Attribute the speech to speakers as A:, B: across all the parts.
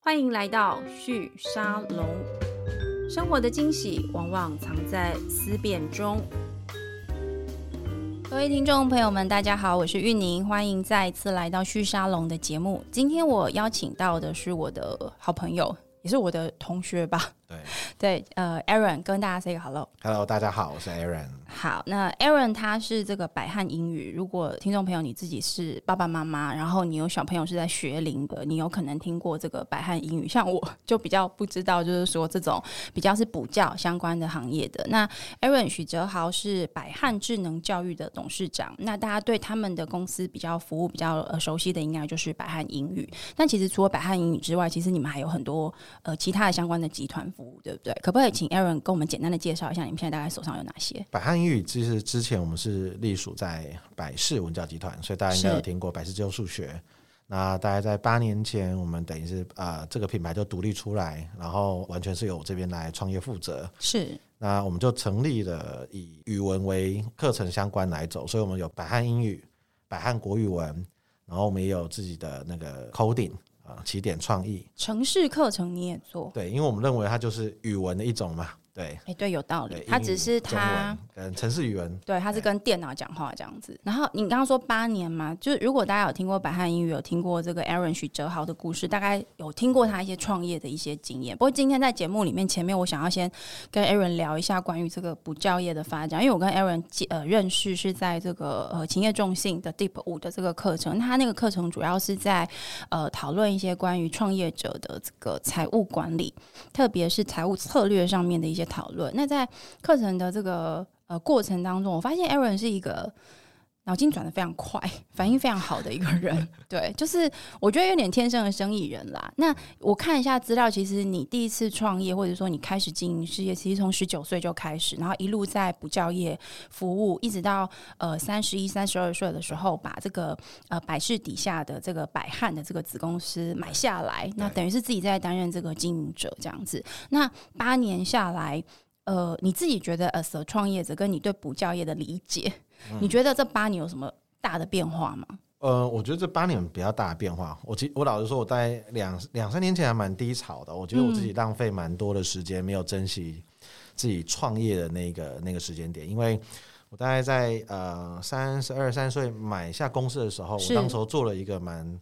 A: 欢迎来到旭沙龙。生活的惊喜往往藏在思辨中。各位听众朋友们，大家好，我是玉宁，欢迎再一次来到旭沙龙的节目。今天我邀请到的是我的好朋友，也是我的同学吧？
B: 对
A: 对，呃，Aaron 跟大家 say 个 hello。
B: ，Hello，大家好，我是 Aaron。
A: 好，那 Aaron 他是这个百汉英语。如果听众朋友你自己是爸爸妈妈，然后你有小朋友是在学龄的，你有可能听过这个百汉英语。像我就比较不知道，就是说这种比较是补教相关的行业的。那 Aaron 许哲豪是百汉智能教育的董事长。那大家对他们的公司比较服务比较呃熟悉的，应该就是百汉英语。但其实除了百汉英语之外，其实你们还有很多呃其他的相关的集团服务，对不对？可不可以请 Aaron 跟我们简单的介绍一下你们现在大概手上有哪些？
B: 百汉英语其实之前我们是隶属在百事文教集团，所以大家应该
A: 是
B: 有听过百事自由数学。那大概在八年前，我们等于是呃这个品牌就独立出来，然后完全是由我这边来创业负责。
A: 是
B: 那我们就成立了以语文为课程相关来走，所以我们有百汉英语、百汉国语文，然后我们也有自己的那个 coding 啊、起点创意。
A: 城市课程你也做？
B: 对，因为我们认为它就是语文的一种嘛，对。
A: 哎、对，有道理
B: 对，。
A: 他
B: 英
A: 只
B: 语
A: 是
B: 中
A: 他
B: 文。跟城市语文
A: 对，他是跟电脑讲话这样子。然后你刚刚说八年嘛，就是如果大家有听过百汉英语，有听过这个 Aaron 许哲豪的故事，大概有听过他一些创业的一些经验。不过今天在节目里面，前面我想要先跟 Aaron 聊一下关于这个补教业的发展，因为我跟 Aaron 接呃认识是在这个呃勤业重信的 Deep 五的这个课程，那他那个课程主要是在呃讨论一些关于创业者的这个财务管理，特别是财务策略上面的一些讨论。那在课程的这个呃过程当中，我发现 Aaron 是一个脑筋转的非常快、反应非常好的一个人。对，就是我觉得有点天生的生意人啦。那我看一下资料，其实你第一次创业，或者说你开始经营事业，其实从十九岁就开始，然后一路在补教业服务，一直到呃三十一、三十二岁的时候，把这个呃百事底下的这个百汉的这个子公司买下来，那等于是自己在担任这个经营者这样子。那八年下来，呃，你自己觉得 as a 创业者跟你对补教业的理解，
B: 嗯
A: 你觉得这八年有什么大的变化吗？
B: 呃，我觉得这八年比较大的变化。我其我老实说，我大概两两三年前还蛮低潮的。我觉得我自
A: 嗯
B: 己浪费蛮多的时间，没有珍惜自己创业的那个那个时间点。因为我大概在呃三十二三岁买下公司的时候，
A: 是
B: 我当时候做了一个蛮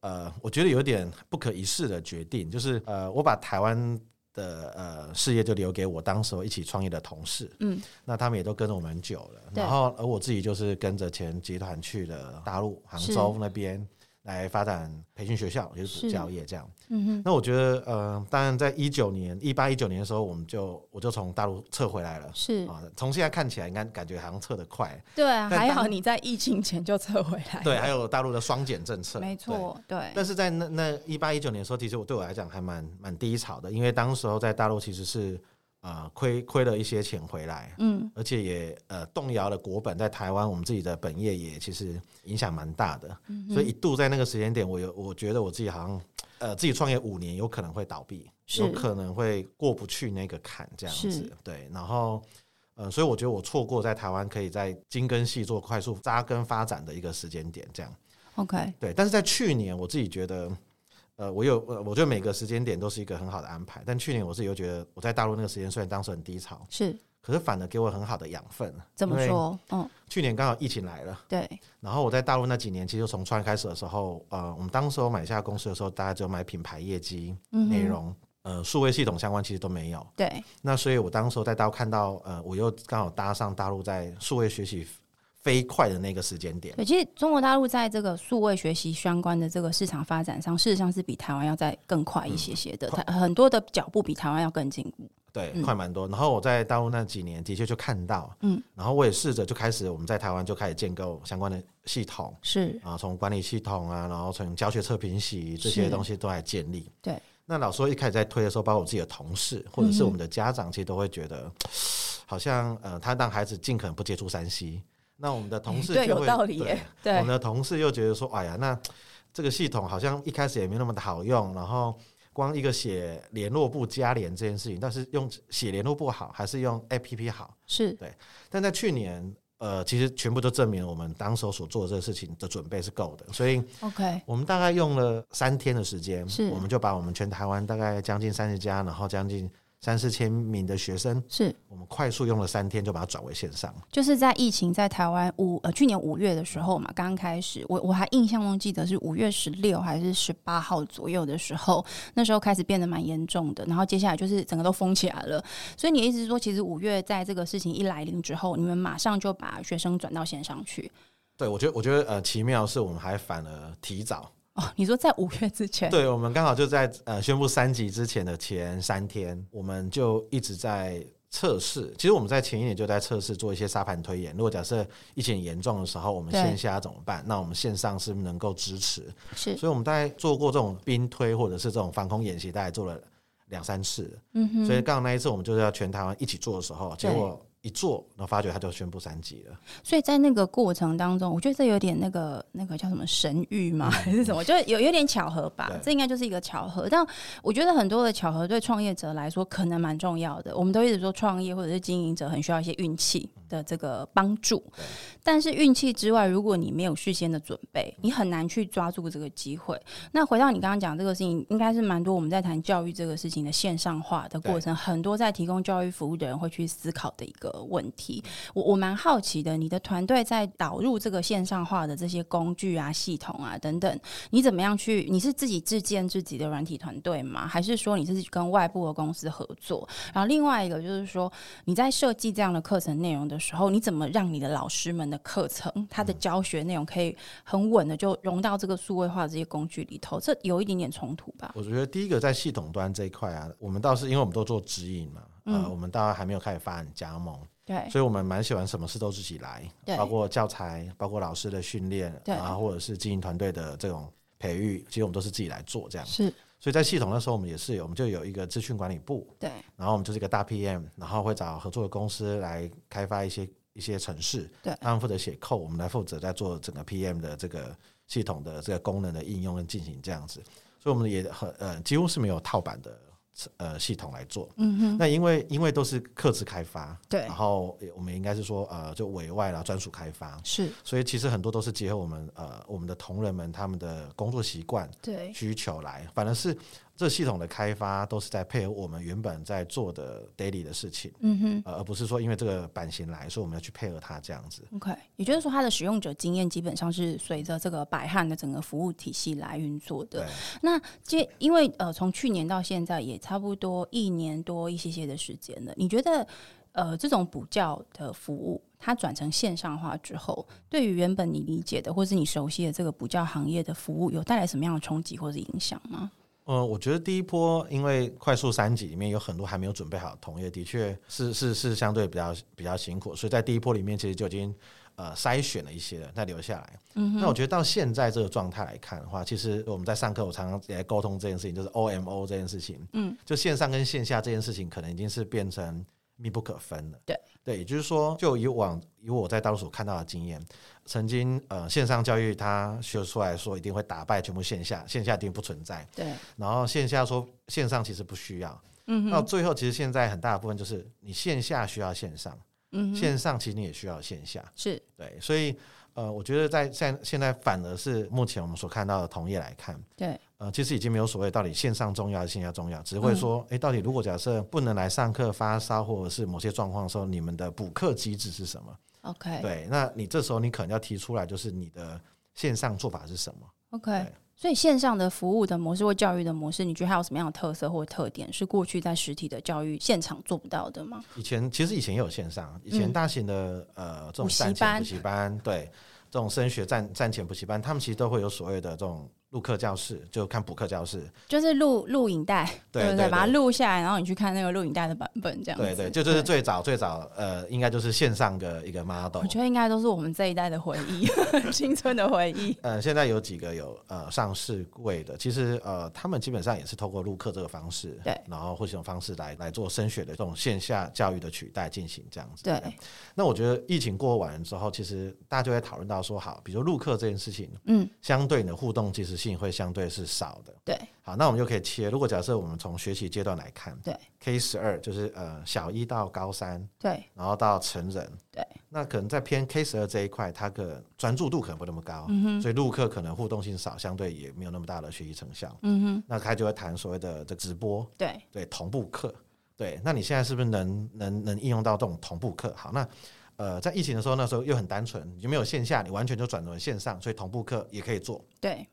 B: 呃，我觉得有点不可一世的决定，就是呃，我把台湾的呃事业就留给我当时候一起创业的同事。
A: 嗯，
B: 那他们也都跟着我们很久了。
A: 对
B: 然后，呃而我自己就是跟着前集团去了大陆杭州那边来发展培训学校，也就是
A: 是
B: 补教业这样。
A: 嗯哼，
B: 那我觉得，呃，当然在一九年、一八一九年的时候，我们就我就从大陆撤回来了。
A: 是
B: 啊，从现在看起来，应该感觉好像撤得快。
A: 对啊，
B: 但
A: 还好
B: 当
A: 你在疫情前就撤回来，
B: 对，还有大陆的双减政策，
A: 哎没
B: 对。
A: 错，对，
B: 但是在那那一八一九年的时候，其实我对我来讲还蛮蛮低潮的，因为当时候在大陆其实是呃亏亏了一些钱回来，
A: 嗯，
B: 而且也呃动摇了国本在台湾我们自己的本业也其实影响蛮大的，
A: 嗯
B: 所以一度在那个时间点，我有我觉得我自己好像呃自己创业五年有可能会倒闭，
A: 是
B: 有可能会过不去那个坎这样子
A: 是，
B: 对，然后。呃，所以我觉得我错过在台湾可以在精耕细作、快速扎根发展的一个时间点，这样。
A: OK，
B: 对，但是在去年我自己觉得，呃，我有，呃我觉得每个时间点都是一个很好的安排。但去年我自己又觉得，我在大陆那个时间虽然当时很低潮，
A: 是
B: 可是反而给我很好的养分。
A: 怎么？说？嗯，
B: 去年刚好疫情来了，
A: 对，
B: 然后我在大陆那几年，其实从创业开始的时候，呃，我们当时候买下公司的时候，大家只有买品牌业绩、
A: 嗯哼
B: 内容。呃，数位系统相关其实都没有，
A: 对，
B: 那所以我当时候在大陆看到，呃，我又刚好搭上大陆在数位学习飞快的那个时间点，
A: 对，其实中国大陆在这个数位学习相关的这个市场发展上，事实上是比台湾要再更快一
B: 嗯
A: 些些的，它很多的脚步比台湾要更进步。
B: 对，
A: 嗯
B: 快蛮多。然后我在大陆那几年的确就看到，
A: 嗯
B: 嗯，然后我也试着就开始我们在台湾就开始建构相关的系统
A: 是
B: 啊，从管理系统啊，然后从教学测评席这些
A: 是
B: 东西都来建立。
A: 对，
B: 那老师说一开始在推的时候，包括我自己的同事或者
A: 嗯
B: 是
A: 哼
B: 我们的家长，其实都会觉得，好像呃，他让孩子尽可能不接触山西。那我们的同事
A: 对，
B: 就
A: 有
B: 会
A: 道理
B: 对
A: 耶，
B: 我
A: 对
B: 们，的同事又觉得说，哎呀，那这个系统好像一开始也没那么的好用，然后光一个写联络簿加联这件事情，但是用写联络簿好还是用 APP 好？
A: 是
B: 但在去年。呃呃，其实全部都证明我们当时候所做的这个事情的准备是够的，所以
A: OK，
B: 我们大概用了三天的时间
A: 是，
B: 我们就把我们全台湾大概将近三十家，然后将近三四千名的学生，
A: 是
B: 我们快速用了三天就把它转为线上。
A: 就是在疫情在台湾五呃去年五月的时候嘛，刚开始，我我还印象中记得是五月十六还是十八号左右的时候，那时候开始变得蛮严重的，然后接下来就是整个都封起来了。所以你的意思是说，其实五月在这个事情一来临之后，你们马上就把学生转到线上去
B: 对，我觉得我觉得呃奇妙是我们还反而提早，
A: 哦？你说在五月之前，
B: 对我们刚好就在呃宣布三级之前的前三天，我们就一直在测试。其实我们在前一年就在测试做一些沙盘推演。如果假设疫情严重的时候，我们
A: 对
B: 线下怎么办？那我们线上是不是能够支持？
A: 是
B: 所以我们大概做过这种兵推或者是这种防空演习，大概做了两三次。
A: 嗯哼，
B: 所以刚好那一次我们就是要全台湾一起做的时候，结
A: 对
B: 果一做，然后发觉他就宣布三级了。
A: 所以在那个过程当中，我觉得这有点那个那个叫什么神谕吗？ 还是什么？就是有有点巧合吧
B: 对。
A: 这应该就是一个巧合。但我觉得很多的巧合对创业者来说可能蛮重要的。我们都一直说创业或者是经营者很需要一些运气的这个帮助，但是运气之外，如果你没有事先的准备，你很难去抓住这个机会。那回到你刚刚讲这个事情，应该是蛮多我们在谈教育这个事情的线上化的过程，很多在提供教育服务的人会去思考的一个问题。我我蛮好奇的，你的团队在导入这个线上化的这些工具啊、系统啊等等，你怎么样去？你是自己自建自己的软体团队吗？还是说你是跟外部的公司合作？然后另外一个就是说，你在设计这样的课程内容的时候，你怎么让你的老师们的课程它的教学内容可以很稳的就融到这个数位化的这些工具里头？这有一点点冲突吧？
B: 我觉得第一个在系统端这一块啊，我们倒是因为我们都做指引嘛，
A: 嗯
B: 呃，我们当然还没有开始发展加盟，
A: 对，
B: 所以我们蛮喜欢什么事都自己来
A: 对，
B: 包括教材，包括老师的训练，
A: 对
B: 啊，或者是经营团队的这种培育，其实我们都是自己来做这样。
A: 是，
B: 所以在系统那时候，我们也是有，我们就有一个资讯管理部，
A: 对，
B: 然后我们就是一个大 PM，然后会找合作的公司来开发一些一些城市，
A: 对
B: 他们负责写扣，我们来负责在做整个 PM 的这个系统的这个功能的应用跟进行这样子，所以我们也很呃几乎是没有套版的呃系统来做。
A: 嗯哼，
B: 那因为因为都是各自开发，
A: 对
B: 然，后我们应该是说呃就委外啦专属开发，
A: 是，
B: 所以其实很多都是结合我们呃我们的同仁们他们的工作习惯，
A: 对，
B: 需求来，反而是这系统的开发都是在配合我们原本在做的 daily 的事情，
A: 嗯哼。
B: 呃，而不是说因为这个版型来，所以我们要去配合它这样子。
A: OK，也就是说，它的使用者经验基本上是随着这个百汉的整个服务体系来运作的
B: 对。，
A: 那这因为呃，从去年到现在也差不多一年多一些些的时间了。你觉得呃，这种补教的服务，它转成线上化之后，对于原本你理解的或是你熟悉的这个补教行业的服务，有带来什么样的冲击或是影响吗？
B: 嗯，我觉得第一波因为快速三级里面有很多还没有准备好的同业，的确是是是相对比较比较辛苦，所以在第一波里面其实就已经呃筛选了一些人再留下来。嗯，那我觉得到现在这个状态来看的话，其实我们在上课我常常也在沟通这件事情，就是 O M O 这件事情，嗯，就线上跟线下这件事情可能已经是变成密不可分了。
A: 对
B: 对，也就是说，就以往以我在大陆所看到的经验，曾经呃线上教育它学出来说一定会打败全部线下，线下一定不存在。
A: 对，
B: 然后线下说线上其实不需要，嗯，到最后其实现在很大的部分就是你线下需要线上，
A: 嗯哼，
B: 线上其实你也需要线下，
A: 是
B: 对，所以呃，我觉得在现现在反而是目前我们所看到的同业来看，
A: 对，
B: 呃，其实已经没有所谓到底线上重要还是线下重要，只会说，诶，到底如果假设不能来上课发烧或者是某些状况的时候，你们的补课机制是什么？
A: OK
B: 对，那你这时候你可能要提出来，就是你的线上做法是什么？
A: OK
B: 对。
A: 所以线上的服务的模式或教育的模式，你觉得它有什么样的特色或特点，是过去在实体的教育现场做不到的吗？
B: 以前其实以前也有线上，以前大型的、呃这种
A: 嗯补习
B: 战前
A: 班
B: 补习班，对这种升学战战前补习班，他们其实都会有所谓的这种录课教室，就看补课教室，
A: 就是录录影带，
B: 对
A: 不
B: 对
A: 对？
B: 对
A: 把它录下来，然后你去看那个录影带的版本，这样子。
B: 对对，就这是最早最早呃，应该就是线上的一个 model
A: 我。觉得应该都是我们这一代的回忆， 青春的回忆。
B: 呃，现在有几个有呃上市柜的，其实呃，他们基本上也是透过录课这个方式，
A: 对
B: 然后或这种方式来来做升学的这种线下教育的取代进行这样子。
A: 对，
B: 那我觉得疫情过完之后，其实大家就会讨论到说，好，比如说录课这件事情，
A: 嗯，
B: 相对你的互动其实性会相对是少的。
A: 对
B: 好，那我们就可以切。如果假设我们从学习阶段来看，
A: 对
B: K 十二就是呃小一到高三，
A: 对
B: 然后到成人，
A: 对，
B: 那可能在偏 K 十二这一块，它的专注度可能不那么高，
A: 嗯
B: 所以录课可能互动性少，相对也没有那么大的学习成效。嗯哼，那他就会谈所谓的这直播，
A: 对
B: 对，同步课，对。那你现在是不是能能能应用到这种同步课？好，那呃，在疫情的时候，那时候又很单纯，你就没有线下，你完全就转成线上，所以同步课也可以做。
A: 对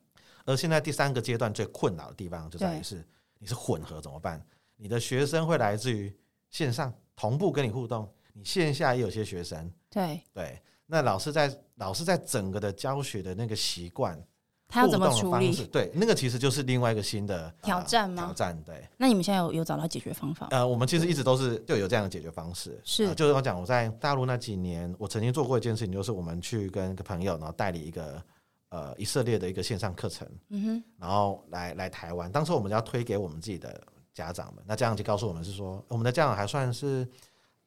B: 而现在第三个阶段最困扰的地方就在于是你是混合怎么办？你的学生会来自于线上同步跟你互动，你线下也有些学生。
A: 对，
B: 对，那老师在老师在整个的教学的那个习惯，
A: 他要怎么
B: 互动
A: 处
B: 的方式，
A: 理？
B: 对，那个其实就是另外一个新的、呃
A: 挑战吗
B: 挑战，对，
A: 那你们现在有有找到解决方法吗？
B: 呃，我们其实一直都是就有这样的解决方式，
A: 是
B: 呃就是我讲我在大陆那几年，我曾经做过一件事情，就是我们去跟一个朋友，然后代理一个呃以色列的一个线上课程，
A: 嗯哼，
B: 然后来来台湾，当时我们要推给我们自己的家长们，那家长就告诉我们是说，我们的家长还算是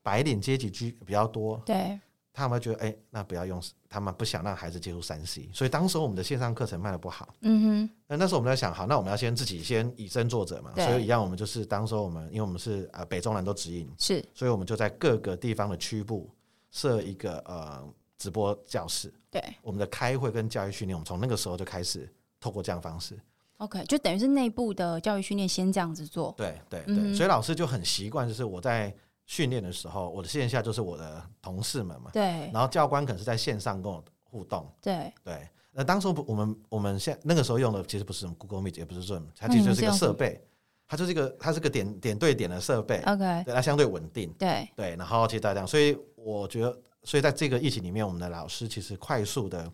B: 白领阶级居比较多，
A: 对
B: 他们会觉得，哎、那不要用，他们不想让孩子接触三 C，所以当时我们的线上课程卖的不好。
A: 嗯
B: 那那时候我们在想，好，那我们要先自己先以身作则嘛，
A: 对
B: 所以一样，我们就是当时候我们，因为我们是呃北中南都直营，
A: 哼，是
B: 所以我们就在各个地方的区部设一个呃直播教室。
A: 对
B: 我们的开会跟教育训练，我们从那个时候就开始透过这样的方式。
A: ，OK，就等于是内部的教育训练先这样子做，
B: 对对对，
A: 嗯哼
B: 所以老师就很习惯，就是我在训练的时候，我的线下就是我的同事们嘛，
A: 对
B: 然后教官可能是在线上跟我互动。
A: 对
B: 对，那当时不我们我们现那个时候用的其实不是什么 Google Meet，也不是 Zoom，它其实嗯就是一个设备，它就是一个它是个点点对点的设备，
A: ，OK，
B: 对它相对稳定，
A: 对
B: 对，然后其实大家这样，所以我觉得，所以在这个疫情里面，我们的老师其实快速的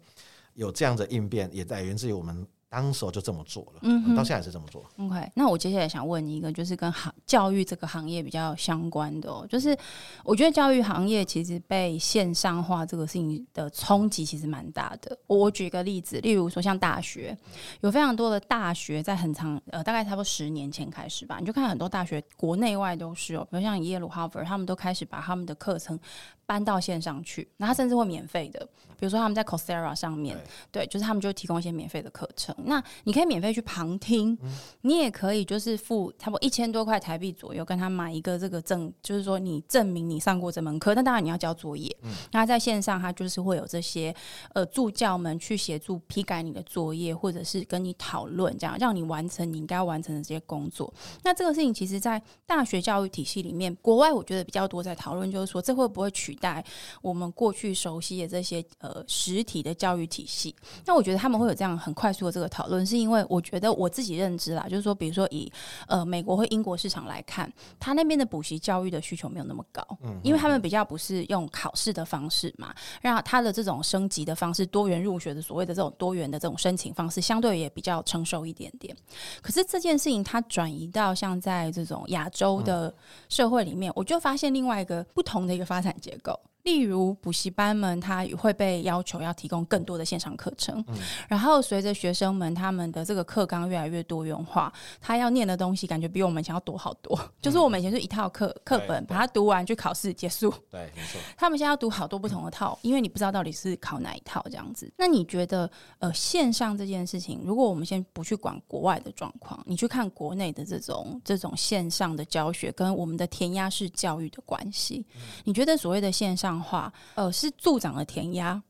B: 有这样的应变，也在源自于我们当时候就这么做了，
A: 嗯哼
B: 我们到现在也是这么做。
A: OK，那我接下来想问你一个，就是跟行教育这个行业比较相关的哦，就是我觉得教育行业其实被线上化这个事情的冲击其实蛮大的。我我举一个例子，例如说像大学，有非常多的大学在很长呃，大概差不多十年前开始吧，你就看很多大学国内外都是哦，比如像耶鲁、哈佛，他们都开始把他们的课程搬到线上去，然后甚至会免费的，比如说他们在 Coursera 上面，对，就是他们就提供一些免费的课程。那你可以免费去旁听，你也可以就是付差不多一千多块台币左右，跟他买一个这个证，就是说你证明你上过这门课。那当然你要交作业。那在线上，他就是会有这些呃助教们去协助批改你的作业，或者是跟你讨论，这样让你完成你应该完成的这些工作。那这个事情其实，在大学教育体系里面，国外我觉得比较多在讨论，就是说这会不会取代我们过去熟悉的这些呃实体的教育体系。那我觉得他们会有这样很快速的这个讨论，是因为我觉得我自己认知啦，就是说，比如说以呃美国或英国市场来看，他那边的补习教育的需求没有那么高，因为他们比较不是用考试的方式嘛，让他的这种升级的方式、多元入学的所谓的这种多元的这种申请方式，相对也比较成熟一点点。可是这件事情它转移到像在这种亚洲
B: 嗯
A: 的社会里面，我就发现另外一个不同的一个发展结构。例如补习班们，它会被要求要提供更多的线上课程，
B: 嗯
A: 然后随着学生们他们的这个课纲越来越多元化，他要念的东西感觉比我们以前要多好多。就是我们以前是一套课课本，
B: 嗯对
A: 把它读完去考试结束，
B: 对，没错。
A: 他们现在要读好多不同的套，因为你不知道到底是考哪一套这样子。那你觉得，呃，线上这件事情，如果我们先不去管国外的状况，你去看国内的这种这种线上的教学跟我们的填鸭式教育的关系，
B: 嗯
A: 你觉得所谓的线上化，呃，是助长了填鸭，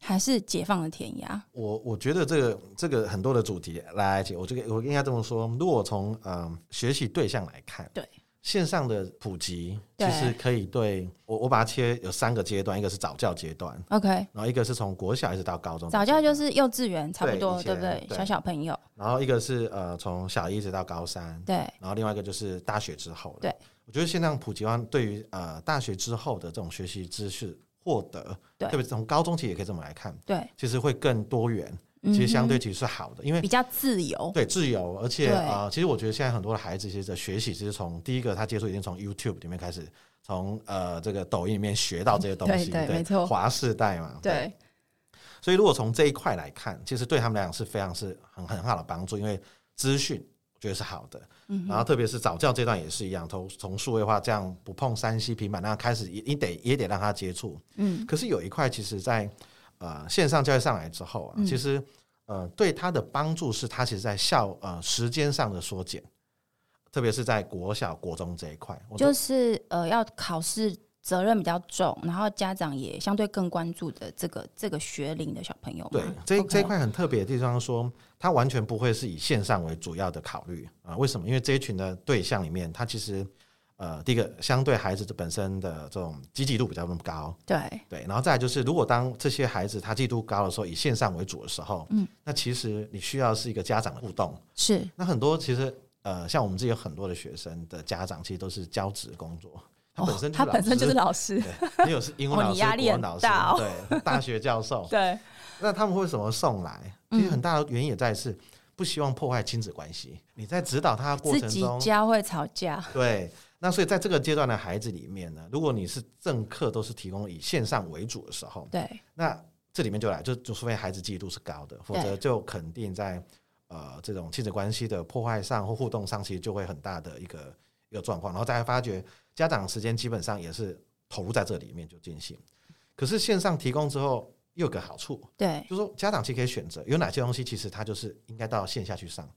A: 还是解放了填鸭？
B: 我我觉得这个这个很多的主题来解，我这个我应该这么说：，如果从嗯、学习对象来看，
A: 对
B: 线上的普及，其
A: 对
B: 实可以对我我把它切有三个阶段，一个是早教阶段，
A: OK，
B: 然后一个是从国小一直到高中的
A: 早
B: 阶段，
A: 教就是幼稚园差不多，
B: 对
A: 对
B: 以前
A: 不对？
B: 对
A: 小小朋友，
B: 然后一个是呃从小一一直到高三，
A: 对
B: 然后另外一个就是大学之后了
A: 对，
B: 我觉得线上普及化对于呃大学之后的这种学习知识获得，
A: 对
B: 特别是从高中期也可以这么来看，
A: 对，
B: 其实会更多元，其实相对
A: 嗯
B: 其实是好的，因为
A: 哼比较自由，
B: 对自由，而且
A: 对
B: 呃，其实我觉得现在很多的孩子其实的学习，其实从第一个他接触已经从 YouTube 里面开始，从呃这个抖音里面学到这些东西，
A: 对对没错
B: 华世代嘛，
A: 对
B: 所以如果从这一块来看，其实对他们来讲是非常是很很好的帮助，因为资讯我觉得是好的，嗯、然后特别是早教这段也是一样，从从数位化这样不碰三 C 平板，那开始也你得也得让他接触，
A: 嗯，嗯
B: 可是有一块其实在呃线上教育上来之后啊，其实呃，对他的帮助是他其实在校呃时间上的缩减，特别是在国小、国中这一块，我
A: 就
B: 都
A: 是呃，要考试责任比较重，然后家长也相对更关注的这个这个学龄的小朋友嘛。
B: 对这
A: 嗯 OK
B: 这一块很特别的地方说，他完全不会是以线上为主要的考虑啊、为什么？因为这一群的对象里面，他其实呃，第一个相对孩子本身的这种积极度比较高，
A: 对，
B: 对，然后再来就是，如果当这些孩子他进度高的时候，以线上为主的时候，嗯，那其实你需要是一个家长的互动。
A: 是
B: 那很多其实呃，像我们自己有很多的学生的家长，其实都是教职工作，他本身
A: 哦他本身就是
B: 老
A: 老师
B: 师，，对，也有是英文
A: 哦
B: 老
A: 你
B: 师、
A: 压力
B: 国文
A: 很
B: 老师，
A: 大哦。
B: 对，大学教授
A: 对，
B: 那他们为什么送来？
A: 嗯
B: 其实很大的原因也在是不希望破坏亲子关系。你在指导他的过
A: 自
B: 程
A: 己
B: 中，
A: 教会吵架，
B: 对，那所以在这个阶段的孩子里面呢，如果你是政课都是提供以线上为主的时候，
A: 对，
B: 那这里面就来，就就除非孩子记忆度是高的，否则
A: 对
B: 就肯定在呃这种亲子关系的破坏上或互动上，其实就会很大的一个一个状况。然后再发觉家长时间基本上也是投入在这里面就进行，可是线上提供之后又有个好处，
A: 对
B: 就是说家长其实可以选择有哪些东西，其实他就是应该到线下去上，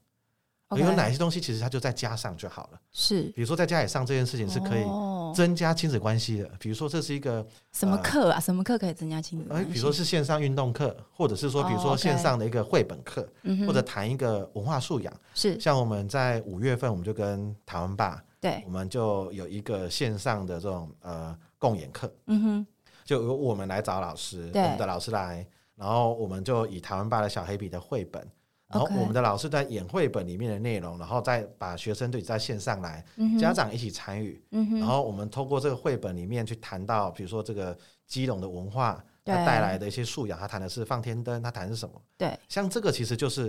A: ，OK，
B: 有哪些东西其实他就在家上就好了。
A: 是
B: 比如说在家里上这件事情是可以
A: 哦
B: 增加亲子关系的，比如说这是一个
A: 什么
B: 呃
A: 课啊？什么课可以增加亲子关
B: 哎，
A: 系？
B: 比如说是线上运动课，或者是说，比如
A: 哦
B: 说
A: ，OK
B: 线上的一个绘本课，
A: 嗯哼，
B: 或者谈一个文化素养。
A: 是
B: 像我们在五月份，我们就跟台湾爸，
A: 对，
B: 我们就有一个线上的这种呃共演课，
A: 嗯哼，
B: 就由我们来找老师，我
A: 对
B: 们的老师来，然后我们就以台湾爸的小黑笔的绘本。然后
A: OK
B: 我们的老师在演绘本里面的内容，然后再把学生对在线上来，
A: 嗯哼，
B: 家长一起参与，
A: 嗯哼，
B: 然后我们透过这个绘本里面去谈到，比如说这个基隆的文化，它
A: 对
B: 带来的一些素养，它谈的是放天灯，它谈的是什么？
A: 对，
B: 像这个其实就是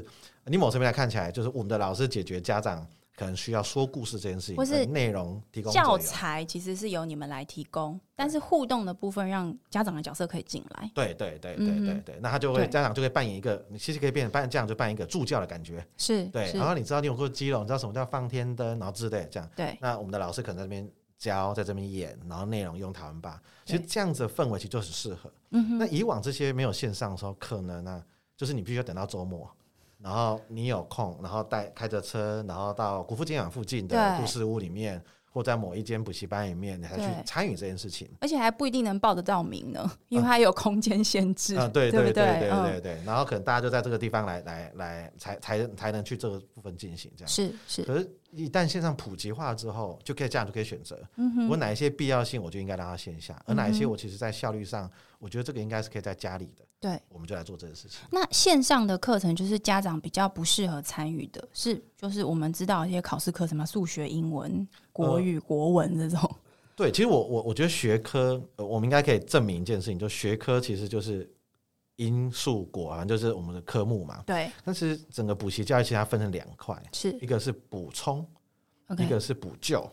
B: 呃你某层面来看起来，就是我们的老师解决家长可能需要说故事这件事情，
A: 或是
B: 的内容提供者有
A: 教材其实是由你们来提供，但是互动的部分让家长的角色可以进来。
B: 对对对对
A: 嗯
B: 对
A: 哼
B: 对，那他就会
A: 对
B: 家长就会扮演一个，你其实可以变成扮这样就扮演一个助教的感觉，
A: 是，
B: 对。
A: 是
B: 然后你知道你有过基隆，你知道什么叫放天灯，然后之类这样。
A: 对，
B: 那我们的老师可能在那边教，在这边演，然后内容用台湾吧。其实
A: 对
B: 这样子的氛围其实就很适合。
A: 嗯哼，
B: 那以往这些没有线上的时候，可能啊，就是你必须要等到周末，然后你有空，然后带开着车，然后到国父纪念馆附近的
A: 对
B: 故事屋里面，或在某一间补习班里面，你才去
A: 对
B: 参与这件事情。
A: 而且还不一定能报得到名呢，因为它有空间限制。
B: 啊、对
A: 对
B: 对
A: 不
B: 对
A: 对
B: 对
A: 嗯
B: 对对，然后可能大家就在这个地方来来来，才才才能去这个部分进行这样。
A: 嗯是是，
B: 可是，一旦线上普及化之后，就可以这样就可以选择，
A: 嗯
B: 我哪一些必要性，我就应该让它线下，而哪一些我其实在效率上，我觉得这个应该是可以在家里的，
A: 对。
B: 我们就来做这件事情。
A: 那线上的课程就是家长比较不适合参与的，是就是我们知道一些考试课程嘛，数学、英文、
B: 呃
A: 国语、国文这 种。
B: 对，其实我我我觉得学科，呃，我们应该可以证明一件事情，就学科其实就是因数果啊，就是我们的科目嘛。
A: 对，
B: 但是整个补习教育其实它分成两块，
A: 是
B: 一个是补充，一
A: OK
B: 个是补救。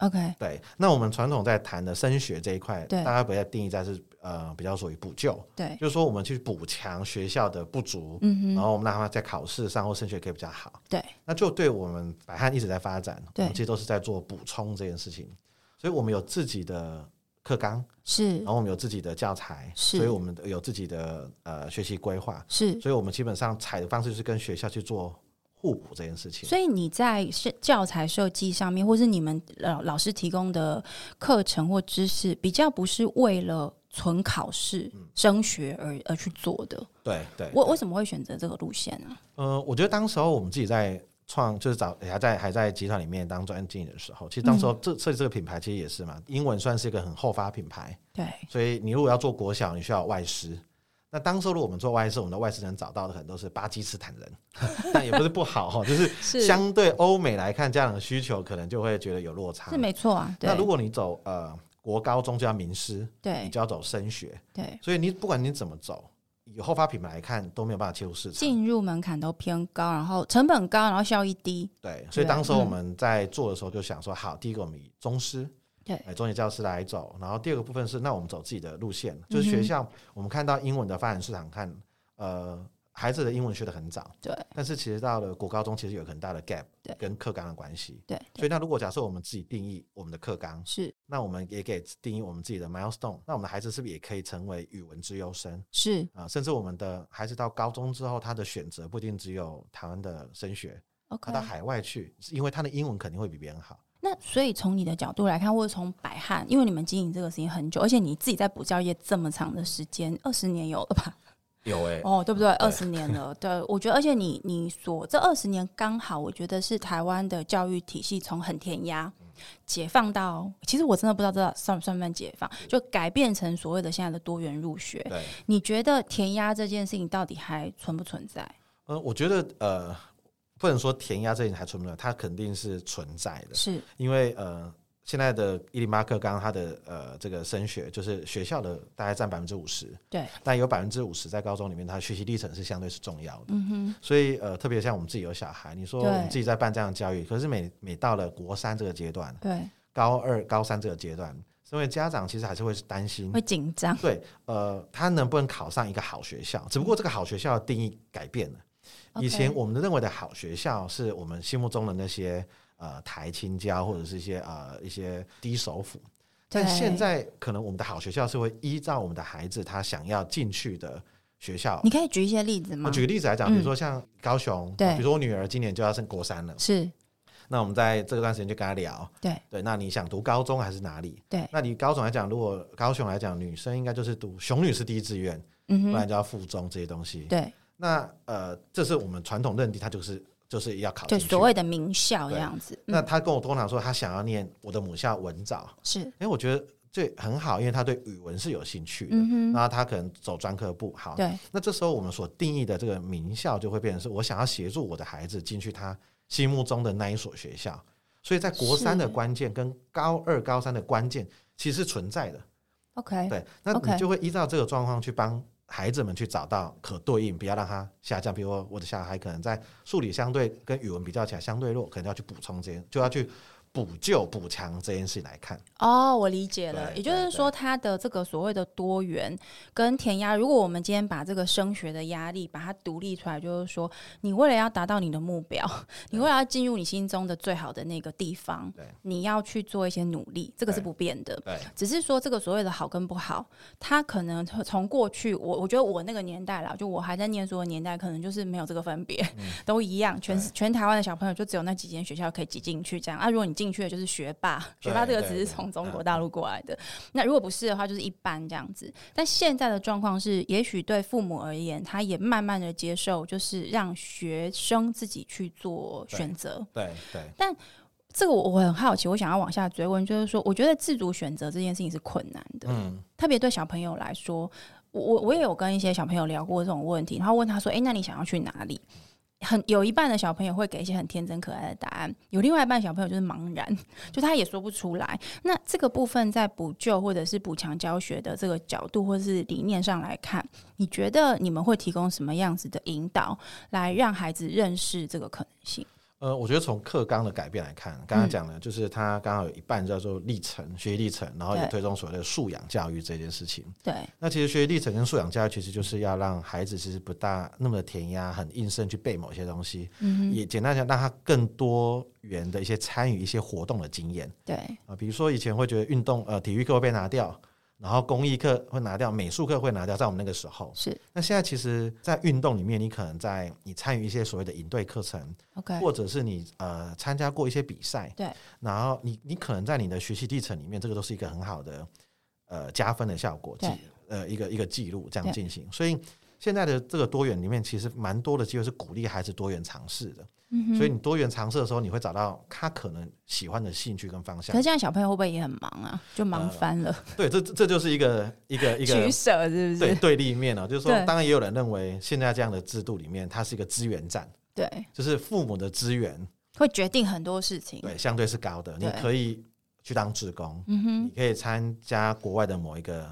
A: OK
B: 对，那我们传统在谈的升学这一块，
A: 对
B: 大家比较定义在是呃比较属于补救，
A: 对，
B: 就是说我们去补强学校的不足，
A: 嗯
B: 然
A: 哼，
B: 后我们让他在考试上或升学可以比较好。
A: 对，
B: 那就对我们百汉一直在发展，我
A: 对
B: 们其实都是在做补充这件事情，所以我们有自己的课纲，
A: 是
B: 然后我们有自己的教材，
A: 是
B: 所以我们有自己的呃学习规划，
A: 是。
B: 所以我们基本上采的方式就是跟学校去做互补这件事情。
A: 所以你在是教材设计上面，或是你们老老师提供的课程或知识，比较不是为了纯考试、
B: 嗯
A: 升学而而去做的。
B: 对对，
A: 我为什么会选择这个路线啊呢、
B: 呃，我觉得当时候我们自己在创，就是找还在还在集团里面当专案经理的时候，其实当
A: 嗯
B: 时候这设计这个品牌其实也是嘛，英文算是一个很后发品牌，
A: 对，
B: 所以你如果要做国小，你需要有外师。那当时候如果我们做外师，我们的外师能找到的很多是巴基斯坦人， 但也不是不好哈，就是
A: 是
B: 相对欧美来看，家长的需求可能就会觉得有落差
A: 是。没错啊。对
B: 那如果你走呃国高中就要名师，你
A: 对
B: 就要走升学，
A: 对，
B: 所以你不管你怎么走，以后发品牌来看都没有办法切入市场。
A: 进入门槛都偏高，然后成本高，然后效益低。
B: 对，所以
A: 对
B: 当时候我
A: 嗯
B: 们在做的时候就想说，好，第一个我们以宗师，
A: 对
B: 哎，中学教师来走，然后第二个部分是，那我们走自己的路线，就
A: 嗯
B: 是学
A: 哼
B: 校，我们看到英文的发展市场看，呃，孩子的英文学得很早，
A: 对
B: 但是其实到了国高中，其实有一个很大的 gap，
A: 对
B: 跟课纲的关系。
A: 对，
B: 所以那如果假设我们自己定义我们的课纲，
A: 是
B: 那我们也给定义我们自己的 milestone，那我们的孩子是不是也可以成为语文之优生
A: 是
B: 啊、甚至我们的孩子到高中之后，他的选择不一定只有台湾的升学，
A: OK
B: 他。到海外去，是因为他的英文肯定会比别人好。
A: 那所以从你的角度来看，或者从百汉，因为你们经营这个事情很久，而且你自己在补教业这么长的时间，二十年有了吧？
B: 有哎、
A: 哦，对不对？二十年了，对我觉得，而且你你所这二十年刚好，我觉得是台湾的教育体系从很填鸭解放到，其实我真的不知道这算不算不算解放，就改变成所谓的现在的多元入学。
B: 对，
A: 你觉得填鸭这件事情到底还存不存在？
B: 呃，我觉得呃，不能说填鸭这一点还存不存在，它肯定是存在的。
A: 是
B: 因为呃，现在的伊林马克刚刚他的呃这个升学，就是学校的大概占百分之五十，
A: 对，
B: 但有百分之五十在高中里面，他学习历程是相对是重要的。
A: 嗯哼，
B: 所以呃，特别像我们自己有小孩，你说
A: 对
B: 我们自己在办这样的教育，可是每每到了国三这个阶段、
A: 对，
B: 高二、高三这个阶段，身为家长其实还是会担心
A: 会。紧张，
B: 对，呃，他能不能考上一个好学校？只不过这个好学校的定义改变了。以前
A: OK
B: 我们认为的好学校，是我们心目中的那些呃台青交或者是一些呃一些低首府。但
A: 对
B: 现在可能我们的好学校是会依照我们的孩子他想要进去的学校。
A: 你可以举一些例子
B: 我
A: 吗？
B: 举个例子来讲，比如说像高雄，
A: 对
B: 比如说我女儿今年就要升国三了，
A: 是
B: 那我们在这段时间就跟她聊，
A: 对
B: 对，那你想读高中还是哪里？
A: 对，
B: 那你高中来讲，如果高雄来讲，女生应该就是读雄女是第一志愿，
A: 嗯
B: 不
A: 哼，
B: 然就要附中这些东西。
A: 对
B: 那呃，这是我们传统认定，他就是就是要考
A: 对，
B: 进去。
A: 所谓的名校这
B: 对
A: 样子，
B: 那
A: 嗯
B: 他跟我通常说，他想要念我的母校文藻，
A: 是
B: 因为我觉得这很好，因为他对语文是有兴趣的。
A: 嗯
B: 然
A: 哼，
B: 后他可能走专科部，好，
A: 对
B: 那这时候我们所定义的这个名校就会变成是我想要协助我的孩子进去他心目中的那一所学校，所以在国三的
A: 是
B: 关键跟高二、高三的关键其实是存在的，
A: ，OK，
B: 对，那
A: 哎 OK
B: 你就会依照这个状况去帮孩子们去找到可对应，不要让他下降。比如说我的小孩可能在数理相对跟语文比较起来相对弱，可能要去补充这些，就要去补救补强这件事来看。
A: 哦，我理解了，
B: 对
A: 也就是
B: 对
A: 说，它的这个所谓的多元跟填鸭，如果我们今天把这个升学的压力把它独立出来，就是说，你为了要达到你的目标， 你为了要进入你心中的最好的那个地方
B: 对，
A: 你要去做一些努力，这个是
B: 对
A: 不变的。
B: 对
A: 只是说这个所谓的好跟不好，它可能从过去我我觉得我那个年代啦，就我还在念书的年代，可能就是没有这个分别， 都一样，全
B: 嗯对
A: 全台湾的小朋友就只有那几间学校可以挤进去这样啊。如果你进去的就是学霸，学霸这个只是
B: 对嗯
A: 从
B: 对
A: 中国大陆过来的，那如果不是的话，就是一般这样子。但现在的状况是，也许对父母而言，他也慢慢的接受，就是让学生自己去做
B: 对
A: 选择。
B: 对对，
A: 这个我我很好奇，我想要往下追问，就是说，我觉得自主选择这件事情是困难的，
B: 嗯，
A: 特别对小朋友来说，我我我也有跟一些小朋友聊过这种问题，然后问他说：“诶，那你想要去哪里？”很有一半的小朋友会给一些很天真可爱的答案，有另外一半小朋友就是茫然，就他也说不出来。那这个部分在补救或者是补强教学的这个角度或是理念上来看，你觉得你们会提供什么样子的引导，来让孩子认识这个可能性？
B: 呃，我觉得从课纲的改变来看，刚
A: 嗯
B: 刚讲的就是他刚好有一半叫做历程、学习历程，然后也
A: 对
B: 推动所谓的素养教育这件事情。
A: 对，
B: 那其实学习历程跟素养教育，其实就是要让孩子其实不大那么的填鸭、很硬生去背某些东西，
A: 嗯哼，
B: 也简单讲，让他更多元的一些参与一些活动的经验
A: 对，
B: 啊、比如说以前会觉得运动呃体育课会被拿掉，然后公益课会拿掉，美术课会拿掉，在我们那个时候。
A: 是
B: 那现在其实，在运动里面，你可能在你参与一些所谓的营队课程，
A: OK，
B: 或者是你呃参加过一些比赛，
A: 对，
B: 然后你你可能在你的学习历程里面，这个都是一个很好的呃加分的效果，记
A: 对
B: 呃一个一个记录这样
A: 对
B: 进行，所以。现在的这个多元里面，其实蛮多的机会是鼓励孩子多元尝试的，
A: 嗯哼
B: 所以你多元尝试的时候，你会找到他可能喜欢的兴趣跟方向
A: 可是。这样小朋友会不会也很忙啊？就忙翻了，
B: 对，这这这就是一个一呃个一
A: 取
B: 个
A: 舍是不
B: 对
A: 是？
B: 对立面啊，就是说
A: 对，
B: 当然也有人认为现在这样的制度里面，它是一个资源战，
A: 对，
B: 就是父母的资源
A: 会决定很多事情。
B: 对，相对是高的。你
A: 嗯对
B: 可以去当志工，
A: 嗯
B: 你
A: 哼，
B: 可以参加国外的某一个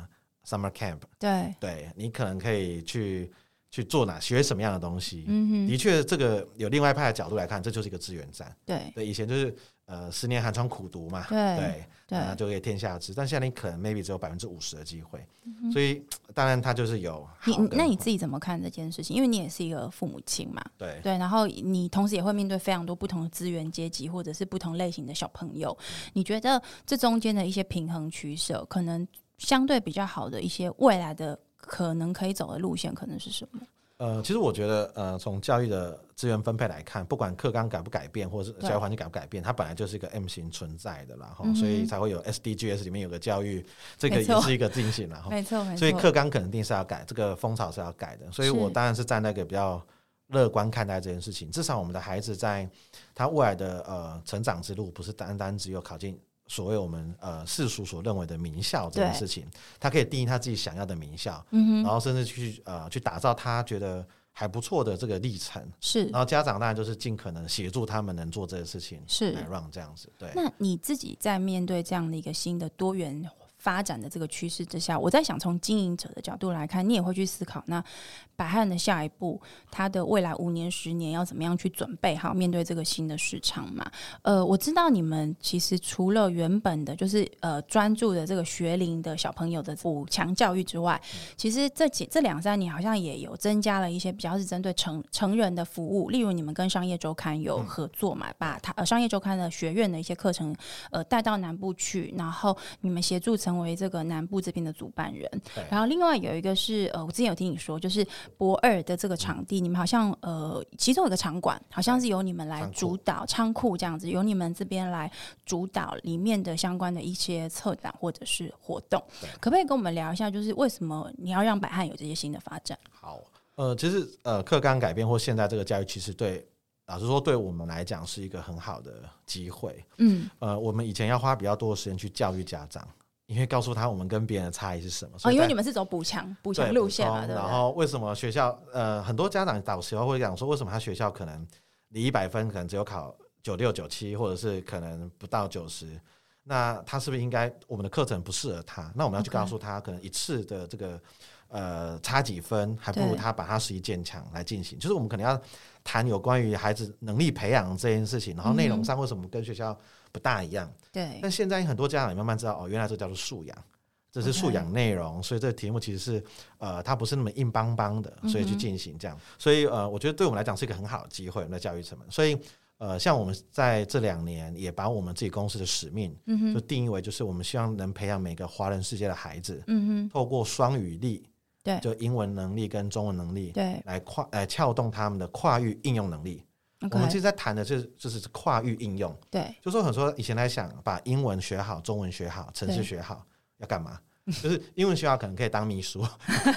B: summer camp，
A: 对，
B: 对你可能可以去去做哪学什么样的东西。
A: 嗯哼，
B: 的确，这个有另外一派的角度来看，这就是一个资源站。
A: 对，
B: 对，以前就是呃十年寒窗苦读嘛，
A: 对对
B: 那就可以天下知。但现在你可能 maybe 只有百分之五十的机会，所以当然它就是有
A: 嗯你
B: 好的
A: 那你自己怎么看这件事情？因为你也是一个父母亲嘛，
B: 对
A: 对，然后你同时也会面对非常多不同的资源阶级或者是不同类型的小朋友，
B: 嗯
A: 你觉得这中间的一些平衡取舍，可能相对比较好的一些未来的可能可以走的路线，可能是什么？
B: 呃，其实我觉得，呃，从教育的资源分配来看，不管课纲改不改变，或者是
A: 对
B: 教育环境改不改变，它本来就是一个 M 型存在的啦，哈、
A: 嗯哼
B: 所以才会有 SDGs 里面有个教育，这个
A: 没错
B: 也是一个进行啦，哈。
A: 没错，没
B: 所以课纲肯定是要改，这个风潮是要改的，所以
A: 是
B: 我当然是站在一个比较乐观看待这件事情。至少我们的孩子在他未来的呃成长之路，不是单单只有考进所谓我们呃世俗所认为的名校这件
A: 对
B: 事情，他可以定义他自己想要的名校。
A: 嗯
B: 然
A: 哼，
B: 后甚至去呃去打造他觉得还不错的这个历程。
A: 是
B: 然。后家长当然就是尽可能协助他们能做这个事情，
A: 是
B: 来 run 这样子。对，
A: 那你自己在面对这样的一个新的多元发展的这个趋势之下，我在想，从经营者的角度来看，你也会去思考，那百汉的下一步，它的未来五年、十年要怎么样去准备好面对这个新的市场嘛？呃，我知道你们其实除了原本的，就是呃专注的这个学龄的小朋友的补强教育之外，其实这几这两三年好像也有增加了一些比较是针对成成人的服务，例如你们跟商业周刊有合作嘛，把它呃商业周刊的学院的一些课程呃带到南部去，然后你们协助成为这个南部这边的主办人
B: 对。
A: 然后另外有一个是呃，我之前有听你说，就是博二的这个场
B: 嗯
A: 地，你们好像呃其中有个场馆好像是由你们来
B: 仓库
A: 主导仓库这样子，由你们这边来主导里面的相关的一些策展或者是活动。可不可以跟我们聊一下，就是为什么你要让百汉有这些新的发展？
B: 好，呃，其实呃课纲改变或现在这个教育，其实对老实说，对我们来讲是一个很好的机会。
A: 嗯，
B: 呃，我们以前要花比较多的时间去教育家长，因为告诉他我们跟别人的差异是什么。所
A: 哦，
B: 以
A: 因为
B: 在
A: 你们是走补强补
B: 对
A: 强路线嘛，
B: 补充
A: 对不
B: 然
A: 对？
B: 后为什么学校呃很多家长导师会讲说，为什么他学校可能离一百分可能只有考九六九七，或者是可能不到九十？那他是不是应该我们的课程不适合他？那我们要去
A: OK
B: 告诉他，可能一次的这个呃差几分，还不如
A: 对
B: 他把他实际建强来进行。就是我们可能要谈有关于孩子能力培养这件事情，然后内
A: 嗯哼
B: 容上为什么跟学校不大一样？
A: 对，
B: 但现在很多家长也慢慢知道，哦，原来这叫做素养，这是
A: OK
B: 素养内容所以这个题目其实是呃，它不是那么硬邦邦的，
A: 嗯
B: 所以去进行这样。所以呃，我觉得对我们来讲是一个很好的机会，我们在教育层面。所以呃，像我们在这两年也把我们自己公司的使命
A: 嗯
B: 就
A: 哼，
B: 定义为，就是我们希望能培养每个华人世界的孩子，
A: 嗯哼，
B: 透过双语力，
A: 对
B: 就英文能力跟中文能力。
A: 对
B: 来跨来撬动他们的跨域应用能力。我们
A: ，OK，
B: 其实在谈的就是就是跨域应用，
A: 对，
B: 就说很多以前在想把英文学好、中文学好、程式学好要干嘛？ 就是英文学好可能可以当秘书，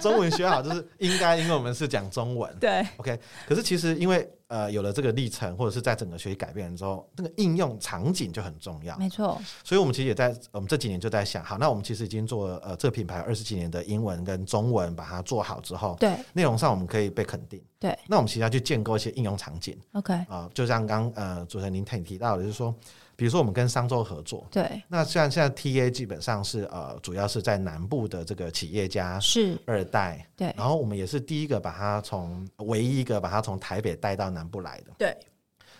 B: 中文学好就是应该，因为我们是讲中文。
A: 对，
B: OK，可是其实因为呃有了这个历程，或者是在整个学习改变之后，那个应用场景就很重要。
A: 没错，
B: 所以我们其实也在我们这几年就在想，好，那我们其实已经做了呃这个品牌二十几年的英文跟中文，把它做好之后，
A: 对
B: 内容上我们可以被肯定。
A: 对
B: 那我们其实要去建构一些应用场景。
A: ，OK，
B: 啊、就像刚呃主持人您提提到的，就是说，比如说我们跟商周合作，
A: 对，
B: 那像现在 TA 基本上是呃主要是在南部的这个企业家
A: 是，
B: 二代，
A: 对，
B: 然后我们也是第一个把他从唯一一个把他从台北带到南部来的。
A: 对，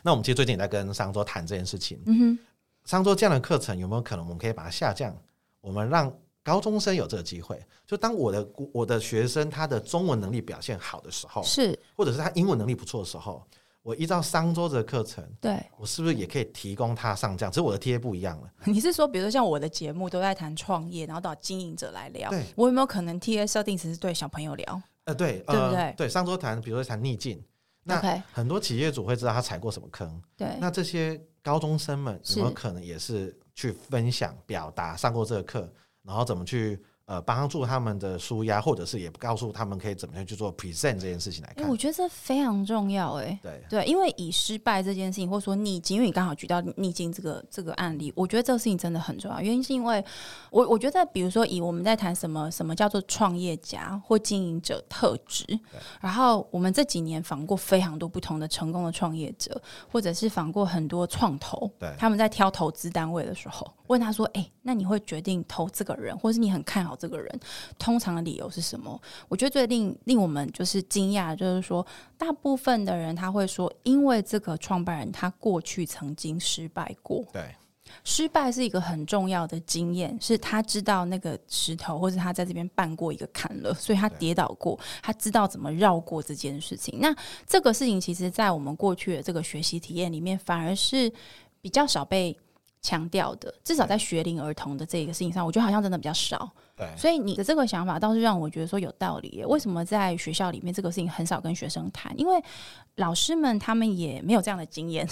B: 那我们其实最近也在跟商周谈这件事情，
A: 嗯哼，
B: 商周这样的课程有没有可能我们可以把它下降，我们让高中生有这个机会？就当我的我的学生他的中文能力表现好的时候，
A: 是，
B: 或者是他英文能力不错的时候，我依照商周的课程。
A: 对。
B: 我是不是也可以提供他上架？只是我的 TA 不一样了。
A: 你是说，比如说像我的节目都在谈创业，然后到经营者来聊
B: 对，
A: 我有没有可能 TA 设定只是对小朋友聊
B: 呃，对，
A: 对
B: 呃，
A: 不对
B: 上周谈，比如说谈逆境，那
A: ？OK，
B: 很多企业主会知道他踩过什么坑。
A: 对，
B: 那这些高中生们
A: 是
B: 有没有可能也是去分享、表达上过这个课，然后怎么去呃帮助他们的舒压，或者是也告诉他们可以怎么样去做 present 这件事情来
A: 哎、
B: 看
A: 我？觉得这非常重要、哎，
B: 对，
A: 对，因为以失败这件事情，或者说逆境，因为你刚好举到逆境这个这个案例，我觉得这个事情真的很重要。原因是因为我我觉得，比如说以我们在谈什么什么叫做创业家或经营者特质，然后我们这几年访过非常多不同的成功的创业者，或者是访过很多创投
B: 对，
A: 他们在挑投资单位的时候，问他说：“哎、那你会决定投这个人，或是你很看好这个人，通常的理由是什么？我觉得最令令我们就是惊讶，就是说大部分的人他会说，因为这个创办人他过去曾经失败过，
B: 对，
A: 失败是一个很重要的经验，是他知道那个石头，或者他在这边绊过一个坎了，所以他跌倒过，他知道怎么绕过这件事情。那这个事情，其实在我们过去的这个学习体验里面，反而是比较少被强调的，至少在学龄儿童的这个事情上，我觉得好像真的比较少。
B: 对，
A: 所以你的这个想法倒是让我觉得说有道理耶。为什么在学校里面这个事情很少跟学生谈？因为老师们他们也没有这样的经验，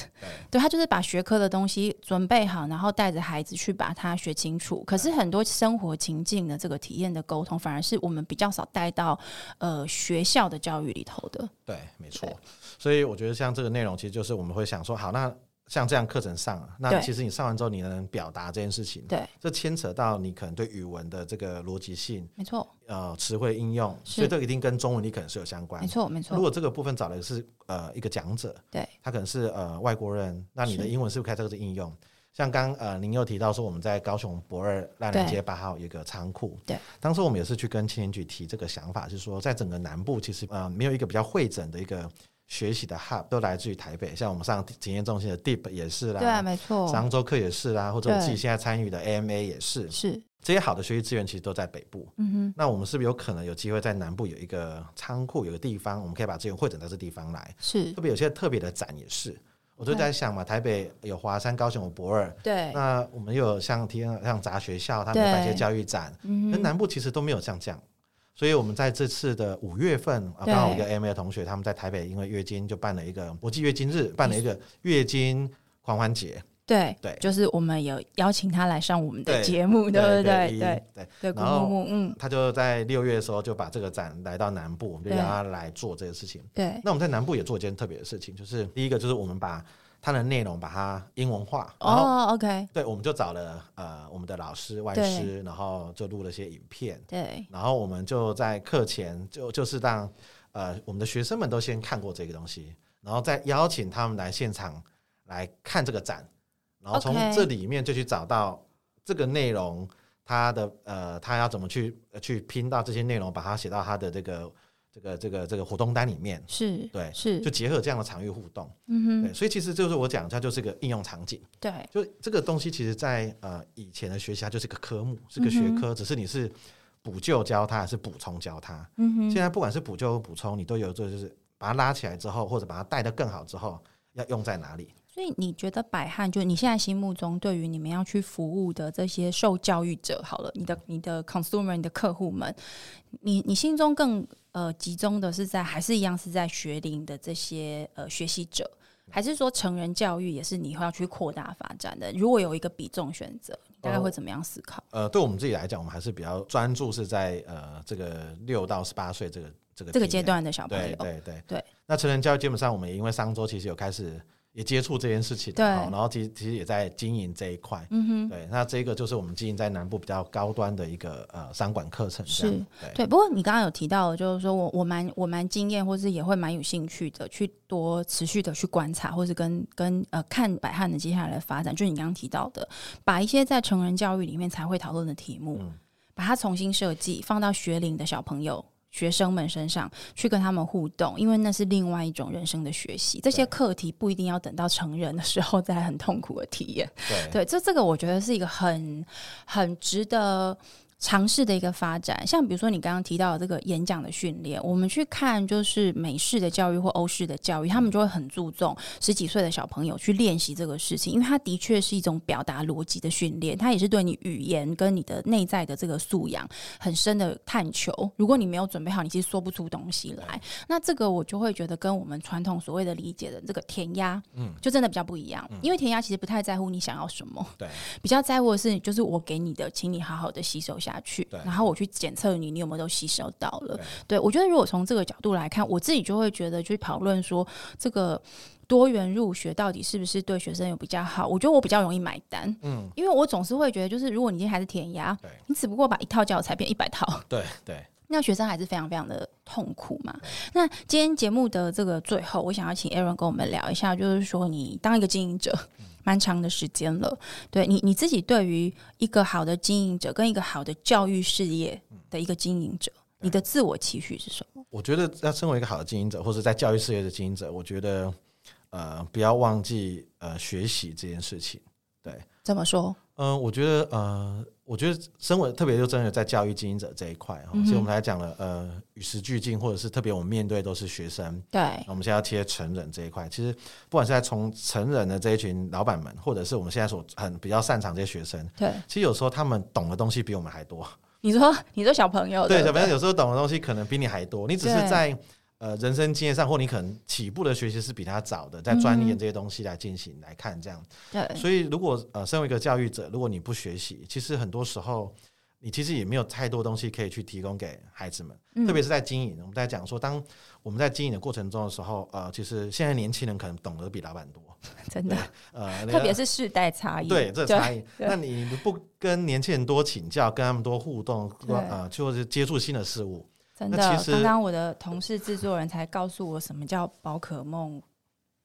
A: 对他就是把学科的东西准备好，然后带着孩子去把它学清楚。可是很多生活情境的这个体验的沟通，反而是我们比较少带到呃学校的教育里头的。
B: 对，没错。所以我觉得像这个内容，其实就是我们会想说，好，那像这样课程上啊，那
A: 对
B: 其实你上完之后，你能表达这件事情，
A: 对，
B: 这牵扯到你可能对语文的这个逻辑性、
A: 没错，
B: 呃词汇应用，
A: 是
B: 所以这个一定跟中文你可能是有相关
A: 没。错，没
B: 如
A: 错，
B: 果这个部分找的是呃一个讲者，
A: 对，
B: 他可能是呃外国人，那你的
A: 是
B: 英文是不是开这个应用？像刚呃您又提到说我们在高雄博二烂人街八号有一个仓库，
A: 对，
B: 当时我们也是去跟青年局提这个想法，是说在整个南部其实呃没有一个比较会诊的一个学习的 hub，都来自于台北，像我们上检验中心的 Deep 也是
A: 对啊，
B: 啦，
A: 没错，
B: 漳州课也是啦，或者我自己
A: 对
B: 现在参与的 AMA 也是，
A: 是，
B: 这些好的学习资源其实都在北部，
A: 嗯哼，
B: 那我们是不是有可能有机会在南部有一个仓库，有个地方，我们可以把资源汇整到这地方来？
A: 是
B: 特，别有些特别的展也是，我就在想嘛，台北有华山、高雄有博尔，
A: 对，
B: 那我们又有像天像杂学校，他们有办一些
A: 对
B: 教育展，
A: 嗯
B: 跟
A: 哼，
B: 南部其实都没有像这样。所以我们在这次的五月份啊，
A: 对
B: 刚好有一个 M A 同学，他们在台北因为月经就办了一个国际月经日，办了一个月经狂欢节，
A: 对，
B: 对
A: 就是我们有邀请他来上我们的
B: 对
A: 节目，对不
B: 对
A: 对？
B: 对
A: 对，
B: 对，
A: 对，古
B: 然后
A: 木木，嗯，
B: 他就在六月的时候就把这个展来到南部，我们就
A: 对
B: 让他来做这个事情。
A: 对，
B: 那我们在南部也做一件特别的事情，就是第一个就是我们把它的内容把它英文化，然后、
A: 哦，OK，
B: 对，我们就找了呃我们的老师外师，然后就录了些影片，
A: 对，
B: 然后我们就在课前就就是让呃我们的学生们都先看过这个东西，然后再邀请他们来现场来看这个展，然后从
A: OK
B: 这里面就去找到这个内容它的呃它要怎么去呃去拼到这些内容，把它写到它的这个这个这个这个活动单里面。
A: 是，，
B: 对就是结合这样的场域互动，
A: 嗯
B: 对，
A: 哼，
B: 所以其实就是我讲，它就是个应用场景。
A: 对，
B: 就这个东西，其实在呃以前的学习，它就是个科目，是个学科，只是你是补救教它，还是补充教它。
A: 嗯哼，
B: 现在不管是补救或补充，你都有做，就是把它拉起来之后，或者把它带得更好之后，要用在哪里？
A: 所以你觉得百汉，就你现在心目中对于你们要去服务的这些受教育者，好了，你的你的 consumer，你的客户们，你你心中更呃集中的是在还是一样是在学龄的这些呃学习者，还是说成人教育也是你要去扩大发展的？如果有一个比重选择，你大概
B: 哦
A: 会怎么样思考？
B: 呃，对我们自己来讲，我们还是比较专注是在呃这个六到十八岁这个这个
A: 这个
B: 体验
A: 阶。段的小朋
B: 对
A: 友，
B: 对对
A: 对。
B: 那成人教育基本上，我们也因为上周其实有开始也接触这件事情，哦
A: 对
B: 好然后其实其实也在经营这一块。
A: 嗯哼。
B: 对，那这个就是我们经营在南部比较高端的一个呃商管课程，这样
A: 是
B: 对
A: 对，不过你刚刚有提到，就是说我我蛮我蛮惊艳，或是也会蛮有兴趣的，去多持续的去观察，或是跟跟呃看百汉的接下来的发展。就是你刚刚提到的，把一些在成人教育里面才会讨论的题目，
B: 嗯
A: 把它重新设计，放到学龄的小朋友。学生们身上去跟他们互动，因为那是另外一种人生的学习。这些
B: 对
A: 课题不一定要等到成人的时候再来很痛苦的体验。
B: 对
A: 对，这这个我觉得是一个很很值得尝试的一个发展。像比如说你刚刚提到的这个演讲的训练，我们去看就是美式的教育或欧式的教育，他们就会很注重十几岁的小朋友去练习这个事情，因为它的确是一种表达逻辑的训练，它也是对你语言跟你的内在的这个素养很深的探求。如果你没有准备好，你其实说不出东西来。那这个我就会觉得跟我们传统所谓的理解的这个填鸭，嗯，就真的比较不一样。因为填鸭其实不太在乎你想要什么，
B: 嗯对
A: 比较在乎的是，就是我给你的，请你好好的吸收下去
B: 对，
A: 然后我去检测你，你有没有都吸收到了。
B: 对
A: 对我觉得，如果从这个角度来看，我自己就会觉得去讨论说这个。多元入学到底是不是对学生有比较好？我觉得我比较容易买单，
B: 嗯，
A: 因为我总是会觉得，就是如果你今天还是填鸭
B: 对，
A: 你只不过把一套教材变一百套，
B: 对对，
A: 那学生还是非常非常的痛苦嘛。那
B: 嗯
A: 今天节目的这个最后，我想要请 Aaron 跟我们聊一下，就是说你当一个经营者，蛮长的时间了。对你你自己对于一个好的经营者跟一个好的教育事业的一个经营者，
B: 嗯
A: 你的自我期许是什么？
B: 我觉得要身为一个好的经营者，或者在教育事业的经营者，我觉得呃，不要忘记呃学习这件事情。对，
A: 怎么说？
B: 嗯、我觉得呃，我觉得身为特别就真的在教育经营者这一块哈，
A: 嗯哼
B: 所以我们来讲了呃与时俱进，或者是特别我们面对都是学生，
A: 对
B: 那，我们现在要贴成人这一块，其实不管是在从成人的这一群老板们，或者是我们现在所很比较擅长这些学生，
A: 对，
B: 其实有时候他们懂的东西比我们还多。
A: 你说你说小朋友
B: 对，
A: 不
B: 小朋友有时候懂的东西可能比你还多，你只是
A: 对
B: 在呃人生经验上，或你可能起步的学习是比他早的，在钻研这些东西来进行来看这样。
A: 对
B: 所以，如果呃，身为一个教育者，如果你不学习，其实很多时候你其实也没有太多东西可以去提供给孩子们，
A: 嗯
B: 特别是在经营。我们在讲说，当我们在经营的过程中的时候，呃，其实现在年轻人可能懂得比老板多，
A: 真的，
B: 呃，
A: 特别是世代差异，
B: 对这差异。
A: 对
B: 那你不跟年轻人多请教，跟他们多互动，
A: 对
B: 呃，就是接触新的事物，
A: 真
B: 那
A: 的
B: 其，实
A: 刚刚我的同事制作人才告诉我什么叫宝可梦。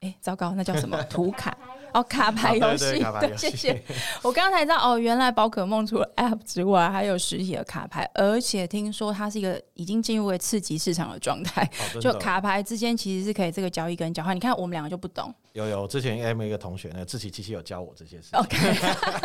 A: 哎，糟糕，那叫什 么？图卡哦，卡牌游
B: 啊对
A: 戏。
B: 对卡牌游戏
A: 谢谢。我刚才知道哦，原来宝可梦除了 App 之外，还有实体的卡牌，而且听说它是一个已经进入了次级市场的状态，
B: 哦真
A: 就
B: 的
A: 卡牌之间其实是可以这个交易跟交换。你看我们两个就不懂，
B: 有有，之前 M 一个同学呢，志奇七七有教我这些事情。
A: OK，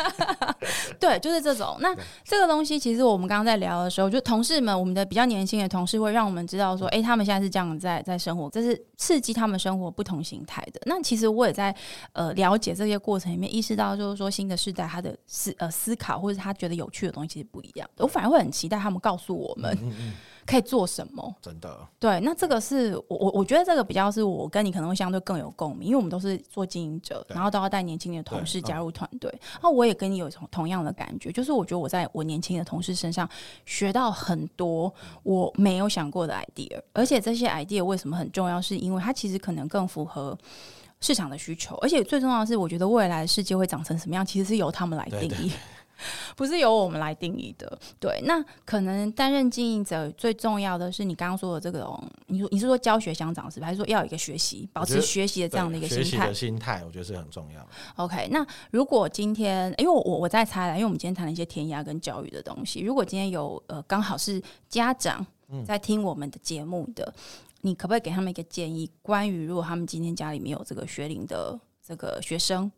A: 对，就是这种。那这个东西，其实我们刚刚在聊的时候，就同事们，我们的比较年轻的同事会让我们知道说，诶，他们现在是这样在在生活，这是刺激他们生活不同形态的。那其实我也在呃了解这些过程里面，意识到就是说，新的世代他的思呃思考或者他觉得有趣的东西是不一样的。我反而会很期待他们告诉我们
B: 嗯嗯，
A: 可以做什么。
B: 真的，
A: 对，那这个是我我我觉得这个比较是我跟你可能会相对更有共鸣，因为我们都是做经营者，
B: 对
A: 然后都要带年轻的同
B: 对
A: 事
B: 嗯
A: 加入团队。然后我也跟你有同同样的感觉，就是我觉得我在我年轻的同事身上学到很多我没有想过的 idea，而且这些 idea 为什么很重要，是因为它其实可能更符合。市场的需求，而且最重要的是，我觉得未来的世界会长成什么样，其实是由他们来定
B: 对
A: 义。
B: 对
A: 不是由我们来定义的。对，那可能担任经营者最重要的是你刚刚说的这个，你说你是说教学相长是吧？还是说要有一个学习，保
B: 我觉
A: 持
B: 得
A: 学习的这样的一个
B: 对学习
A: 心态
B: 的？心态，我觉得是很重要的。
A: OK，那如果今天，因为我我在猜啦，因为我们今天谈了一些填鸭跟教育的东西，如果今天有呃刚好是家长
B: 嗯
A: 在听我们的节目的，你可不可以给他们一个建议，关于如果他们今天家里面有这个学龄的这个学生，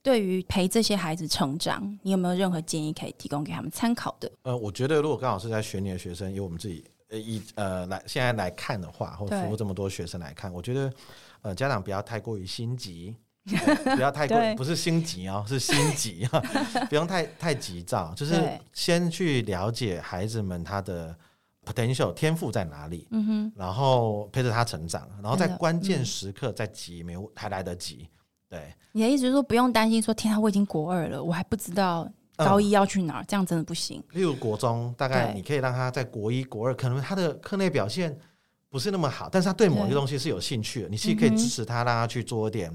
A: 对于陪这些孩子成长，你有没有任何建议可以提供给他们参考的？
B: 呃，我觉得如果刚好是在学年的学生，以我们自己呃以呃来现在来看的话，或
A: 对
B: 服务这么多学生来看，我觉得呃家长不要太过于心 急。对不要太过
A: 对，
B: 不是心急哦，是心急 啊，不用太太急躁，就是
A: 对
B: 先去了解孩子们他的 potential 天赋在哪里，
A: 嗯哼，
B: 然后陪着他成长，然后在
A: 真的嗯
B: 关键时刻再急，没有还来得及。对，
A: 你的意思是说不用担心说，天啊，我已经国二了，我还不知道
B: 呃
A: 高
B: 嗯
A: 一要去哪儿，这样真的不行。
B: 例如国中，大概
A: 对
B: 你可以让他在国一、国二，可能他的课内表现不是那么好，但是他对某些
A: 对
B: 东西是有兴趣的，你其实可以
A: 嗯哼
B: 支持他，让他去做一点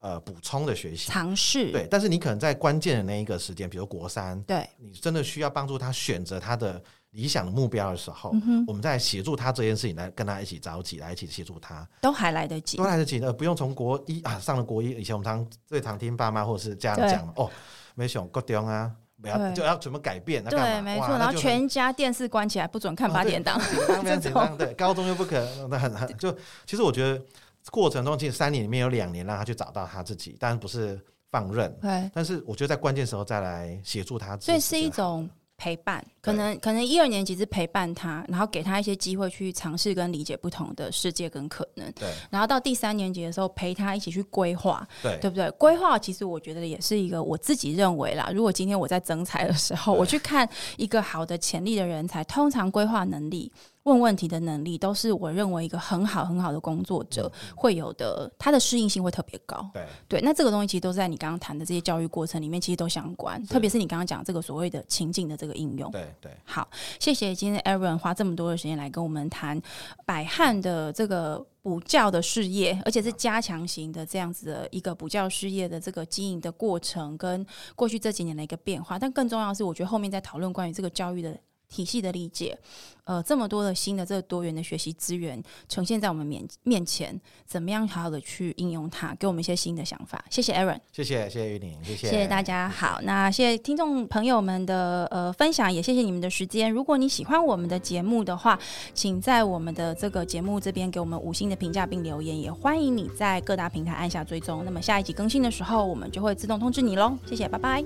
B: 呃补充的学习。
A: 尝试，
B: 对，但是你可能在关键的那一个时间，比如国三，
A: 对
B: 你真的需要帮助他选择他的理想的目标的时候，
A: 嗯哼
B: 我们再协助他这件事情，来跟他一起着急，来一起协助他，
A: 都还来得及
B: 都。来得及的，不用从国一啊上了国一，以前我们常最常听爸妈或者是家长
A: 对
B: 讲嘛哦，没想高中啊。不要
A: 对
B: 就要怎么改变？那干嘛
A: 对，没
B: 哇
A: 错。
B: 那
A: 然后
B: 就很
A: 全家电视关起来，不准看
B: 啊
A: 八
B: 对
A: 点 档。
B: 紧张非常紧
A: 这
B: 张，对，高中又不可能，那很很就其实我觉得过程中，其实三年里面有两年让他去找到他自己，当然不是放任，
A: 对，
B: 但是我觉得在关键时候再来协助 他，
A: 所以是一种陪伴，可能可能一二年级是陪伴他，然后给他一些机会去尝试跟理解不同的世界跟可能。
B: 对
A: 然后到第三年级的时候，陪他一起去规划，
B: 对
A: 对不对？规划其实我觉得也是一个我自己认为啦。如果今天我在征才的时候，
B: 对
A: 我去看一个好的潜力的人才，通常规划能力、问问题的能力，都是我认为一个很好很好的工作
B: 嗯
A: 者会有的，他的适应性会特别高。
B: 对
A: 对，那这个东西其实都在你刚刚谈的这些教育过程里面，其实都相关，特别是你刚刚讲这个所谓的情境的这个应用。
B: 对对，
A: 好，谢谢今天 Aaron 花这么多的时间来跟我们谈百汉的这个补教的事业，而且是加强型的这样子的一个补教事业的这个经营的过程，跟过去这几年的一个变化。但更重要的是，我觉得后面在讨论关于这个教育的体系的理解，呃，这么多的新的这个多元的学习资源呈现在我们面面前，怎么样好好的去应用它，给我们一些新的想法。谢谢 Aaron。
B: 谢谢，谢谢玉宁，谢谢，
A: 谢谢大家。好，那谢谢听众朋友们的呃分享，也谢谢你们的时间。如果你喜欢我们的节目的话，请在我们的这个节目这边给我们五星的评价并留言，也欢迎你在各大平台按下追踪。那么下一集更新的时候，我们就会自动通知你喽。谢谢，拜拜。